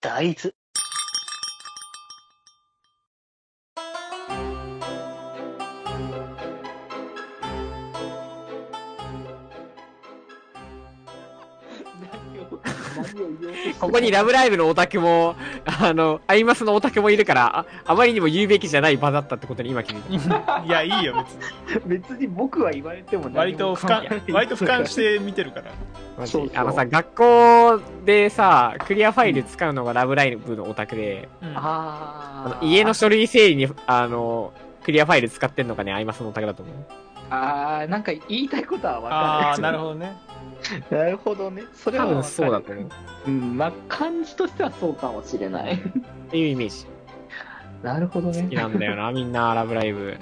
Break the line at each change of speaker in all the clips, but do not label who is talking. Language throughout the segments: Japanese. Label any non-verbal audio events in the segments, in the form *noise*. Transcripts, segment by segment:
大豆。
ここにラブライブのオタクも、あの、アイマスのオタクもいるから、ああまりにも言うべきじゃない場だったってことに今気づい
いやいいよ別に
別に僕は言われても何
割と
も
俯
関係ない
瞰割と俯瞰して見てるから
た。マジ
そうそう
あのさ、学校でさ、クリアファイル使うのがラブライブのオタクで、あ
あ
の
あ。
家の書類整理に、あの、クリアファイル使ってんのがね、アイマスのオタクだと思う。
ああ、なんか言いたいことは分
あ
か
あなるほどね
る。なるほどね。それ
多
は
分
分
そう
か
だ
る。
と思う。
うん、まあ、感じとしてはそうかもしれない。
っていうイメージ。
なるほど
好き
ね。
なんだ
*laughs*
よな、みんな、ラブライブ。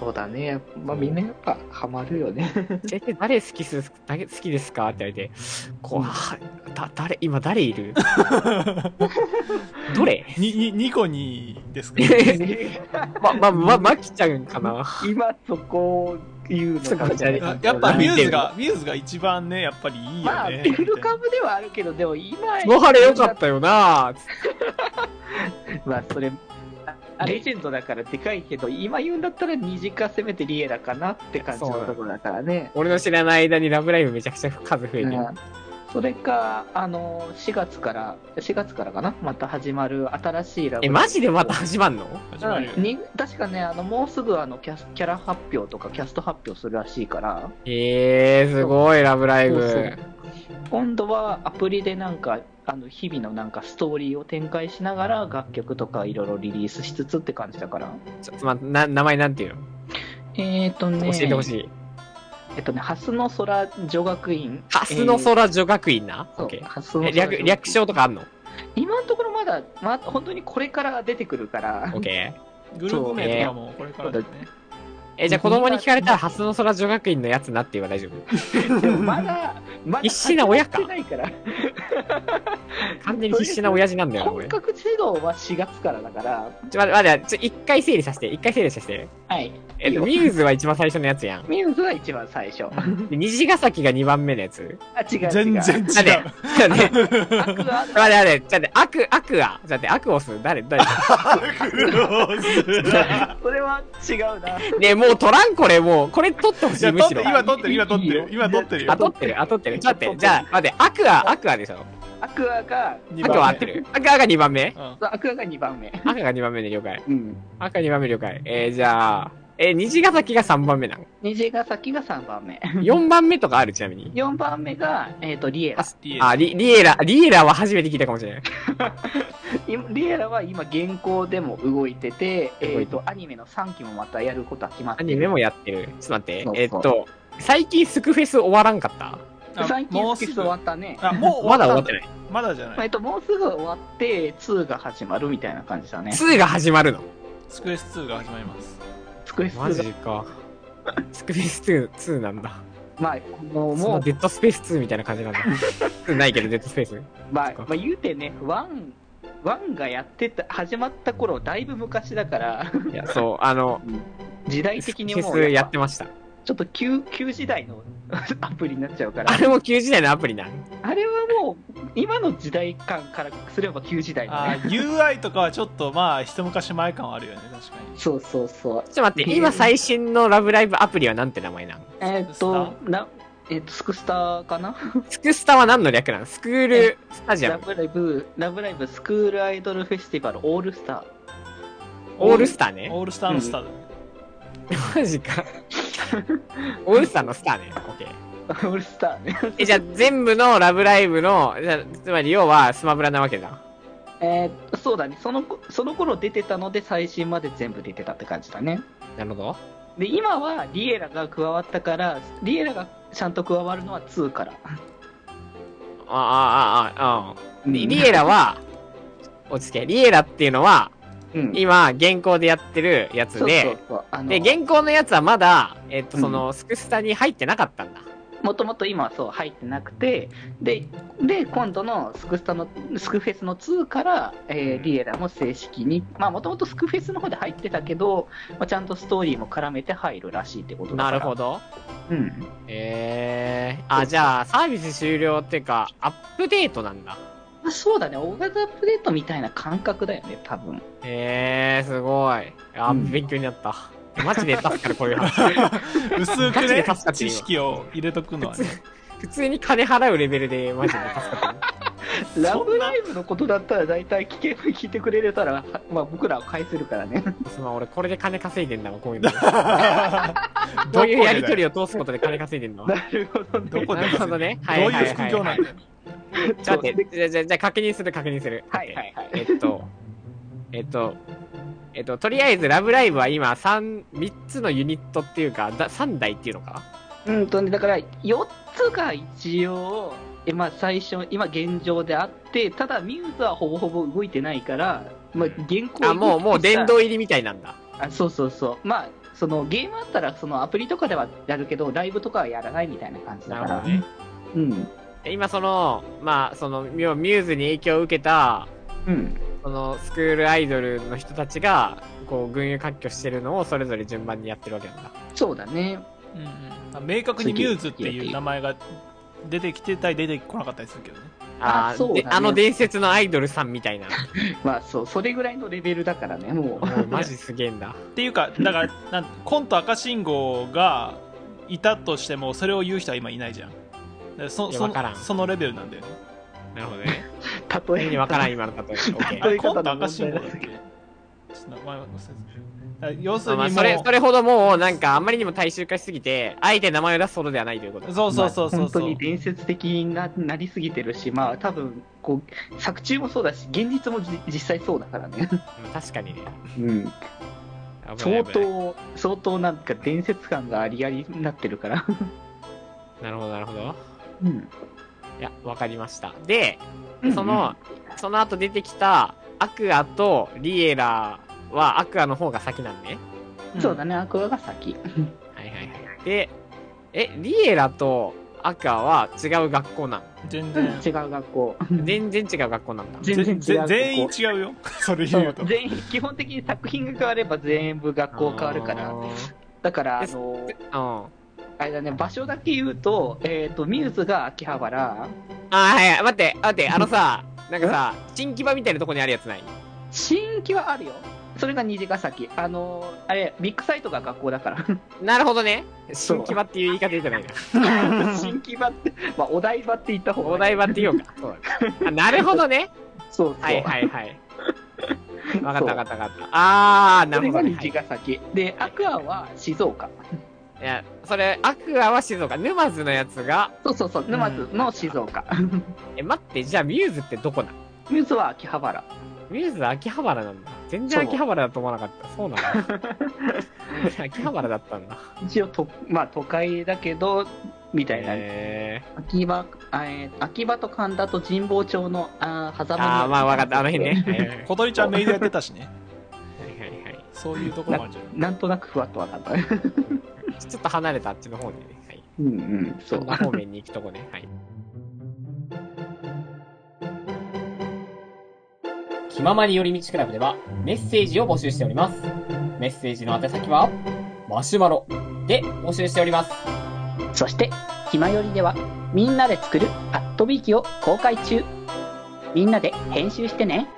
そうだね。やっぱまあ、みんなやっぱハマるよ
*laughs*
ね。
先生、誰好きっすだけ好きですかって言われて、こう、
うん
はだ誰、今誰
*laughs*
いるどれ
ににニコニーですか
ま、ま、ま、まきちゃんかな。
今そこを言うのかもしれない
*laughs* やっぱミ
見
ュー
て
ズ
る
がミューズが一番ねやっぱりいいよね、
まあ、ビ
みたい
ル
な
カムではあるけど、でも今、
野晴れよかったよな
まあ、それ、あレジェンドだからでかいけど、今言うんだったら二次化せめてリエラかなって感じのところだからね。
俺の知らない間にラブライブめちゃくちゃ数増えてる。
うんそれか、あの、4月から、4月からかなまた始まる新しいラブライ
え、
ブ。
マジでまた始まんの
始まるよ
うんに確かね、あの、もうすぐあのキャス、キャラ発表とかキャスト発表するらしいから、
えー、すごい、ラブライ
そうそ
ブ
う。今度はアプリでなんか、あの、日々のなんかストーリーを展開しながら楽曲とかいろいろリリースしつつって感じだから。
ちょっと待って、な、名前なんていうの
えっ、とね、
教えてほしい。
えっとね、ハスの空女学院。
ハスの空女学院な。
えーそ
オッ
う
ケー
ハスの
え
空女学
略、
院
略称とかあんの
今のところまだ、ま、本当にこれから出てくるから
オッ、ケー
グループ名とかもこれからだよね
え、じゃあ子供に聞かれたら、ハスの空女学院のやつなって言えば大丈
*laughs*
夫。
でもまだ、まだ
必死な親
始
か
まってないか
完全に必死な親父なんだ
ら、
よな、俺。
本
ちょ、
格指導は4月からだから、
待って、待って、ちょ、一回整理させて、一回整理させて。
はい。
えっ
いい
と、
よ
ミューズは一番最初のやつやん。
ミューズは一番最初。あ、
で、虹ヶ崎が二番目のやつ。
違う違う。
全然違う
あれじゃあ
*laughs*
ね、
アクア。
あれあれ、じゃあね、アク、アクア。じゃあね、アクオス、誰、誰。 *laughs*
それは違うな。
ね、もう取らん、これ、もう。これ取ってほし
じゃ
い、
あ
む
撮
し
っ
てろ。
今撮ってる今撮ってる今撮ってる
あ、
よ
取ってる、あ、取ってる。ちょっと待って、じゃあ、待って、アクア、アクアでしょ。
アクアが、
二
アク
番目
アは合ってる。アクアが二番目
うん
アクアが2番目。
アクアが二番目で了解。
うん。
アクア二番目了解。えー、じゃあ、えー、虹ヶ崎が三番目なの。
虹ヶ崎が3番目。
四番目とかある、ちなみに。
4番目が、えっ、と、リエラ。
あ、リリエラ、リエラは初めて聞いたかもしれない。
今リエラは今現行でも動いてて、えー、とアニメの3期もまたやることは決まっ
ア
て
ニメもやってる。ちょっと待って。
そうそう
えっと、最近スクフェス終わらんかった
あ
最近
もう
ス
す
キ
ぐ
ス終わったね、
あもう
まだ終わって
ない
ない。
まだじゃな
え
い
っと、もうすぐ終わって2が始まるみたいな感じだね
2が始まるの。
スクエス2が始まります
スクエス
マジ
2が
か。スクフェス2、2なんだ。
まあもう
そ
も
の
う
デッドスペース2みたいな感じなんだ。2ないけど、デッドスペース。
まあ、まあ、言うてねワンワンがやってた始まった頃だいぶ昔だから
いや、そう、あの、
時代
スク
的
フ
に
ェ
も
ス
う
や
やっ
っ
ぱ
てました。
ちょっと旧旧時代の *laughs* アプリになっちゃうから
あれも旧時代のアプリなん。
あれはもう今の時代感からすれば旧時代だ
あ
ね
UI とかはちょっとまあ一昔前感はあるよね確かに
そうそうそう
ちょっと待って、今最新のラブライブアプリはなんて名前なん
えーっと、な、えーっと、スクスターかな
スクスタは何の略なんスクールスタジア
ラ
ム。
ブライブ、ラブライブスクールアイドルフェスティバルオールスタ
オールスターね。
オールスターのスターだね
*laughs* マジか。オールスターのスターね。オッケー。
*laughs* ー。オールスターね。
え、じゃあ全部のラブライブの、じゃあつまり要はスマブラなわけだ。
えーっと、そうだね。そのこ、その頃出てたので最新まで全部出てたって感じだね。
なるほど。
で、今はリエラが加わったから、リエラがちゃんと加わるのは2から。
ああ、ああ、ああ。リリエラは、落ち着け。リエラっていうのは、
うん、
今、現行でやってるや
そう
つ
そう
で、
そう。あの
で、現行のやつはまだ、えっと、その、スクスタに入ってなかったんだ。
もともと今はそう入ってなくて、で、で、今度のスクスタの、スクフェスの2から、えーリエラも正式に、まあもともとスクフェスの方で入ってたけど、まあ、ちゃんとストーリーも絡めて入るらしいってことだ
な
から。
るほど。
ど。うん。
ええー。あ、じゃあ、サービス終了っていうか、アップデートなんだ。
あそうだね、大型アップデートみたいな感覚だよね、多分。
えー、すごい。あ、
うん
勉強になった。マジで助かる、こういう
*laughs*
話。
薄く
ガチで助
ね
かってる
知
よ
識を入れとくのはね
普通に金払うレベルでマジで助かっ
ラブライブのことだったら大体聞け聞いてくれれたら、はまあ、僕らは返せるからね。
てる。その俺これで金稼いでんだわ、こういうの。
ど
ど
こ
う
で
い
だ
う
よ
やりとりを通すことで金稼いでん *laughs* の。
*laughs*
な
なるほどね。
どこで
るほどね。
ど
は
う
いはいいうは
副
い、
業なんだよ
ちょっと待って、じゃあじゃあじゃあ確認する、確認する。
はいはいはい
えっと、 *laughs* えっと、えっと、とりあえず、ラブライブは今、三、三つのユニットっていうか、だ三台っていうのか
うんとね、だから4つが一応、えまあ、最初、今現状であって、ただミューズはほぼほぼ動いてないから、まあ、現行
あ、もう、もう殿堂入りみたいなんだ。
あそうそうそう、まあ、そのゲームあったらそのアプリとかではやるけど、ライブとかはやらないみたいな感じだか
なる
ら、
ほどね
うん、
で今、その、まあ、その、ミュミューズに影響を受けた、
うん、
その、スクールアイドルの人たちが、こう、群雄割拠してるのを、それぞれ順番にやってるわけなんだ。
そうだね、
うんうん明確にミューズっていう名前が出てきてたり出てこなかったりするけどね
あ
ー
そうだね
であの伝説のアイドルさんみたいな。
まあそう、それぐらいのレベルだからね、もう。
もうマジすげえんだ。 *laughs*
っていうかだからなんコント赤信号がいたとしてもそれを言う人は今いないじゃんだからそ
いや
そ
わからん
のそのレベルなんだよね
なるほどね。
例
意
え
*laughs* 味わからん、今の例え。オッケー
あ
どうい
れ
うこ
コ
と
ント
だ
赤信号だっけ
問
ちょっと名前忘れてた要するに
ま
も
あ、
う
それ、それほどもう、なんか、あんまりにも大衆化しすぎて、あえて名前を出すほどではないということ。
そうそうそうそう
本当
そう
に伝説的にななりすぎてるし、まあ多分こう作中もそうだし、現実もじ実際そうだからね、
うん確かにね。
うん、
危な
相
い危ない
当、相当なんか伝説感がありありになってるから、
なるほど、なるほど。
うん、
いや、わかりました。で、その、その後出てきた、アクアとリエラは、アクアの方が先なんね。
うん、そうだね、アクアが先。
はいはいはい。で、え、リエラとアクアは違う学校な
全
うん
然
違う学校。
の全然違う学校なんだ。
全然違う
ぜ
学校
全員違うよそれ言うと
全員基本的に作品が変われば全部学校変わるから
う
だからあ
です
の
ん。うん
あれだね場所だけ言うと,、えー、とミューズが秋葉原
あ、はいはい、待って、待って、あ
*laughs*
のさ、なんかさ、新木場みたいなとこにあるやつない
新規はあるよそれが虹ヶ崎あのあれビッグサイトが学校だ
*laughs*
か
なるほどね。
そう
新木場っていう言い方じゃないな。
ら新規場って、まあ、お台場って言った方が
お台場って言おうか。そうだあなるほどね。
そうそう、
はいはいはい。わかっ
そう
たわかったわかった。あー、な
そ
る
れ
ほ
が
ど、ね。
虹ヶ崎、でアクアは静岡
はいいや、それ、アクアは静岡。沼津のやつが、
そうそうそう沼津の静岡、
え、待って、じゃあミューズってどこなの
ミューズは秋葉原
ミューズは秋葉原なんだ。全
そ
然
う
秋葉原だと思わなかった。そうなんだ。
*laughs*
秋葉原だったんだ。
一応と、まあ、都会だけどみたいな
え
秋葉、あえー秋葉と神田と神保町の、あー
ー、
狭間の
あー、まあわかった。あの辺ね。はいはい
小鳥ちゃんメイドやってたしね
はいはい。
そういうところもあるんじゃない
なんとなくふわっとわか *laughs* った。う
ちょっと離れたあっちの方にね、はい。
んうん、そ
そん
う。
な方面に行くと
*laughs*
こね、はい。気ままに寄り道クラブではメッセージを募集しております。メッセージの宛先は、マシュマロで募集しております。
そして、ひまよりでは、みんなで作るアットビーキを公開中。みんなで編集してね。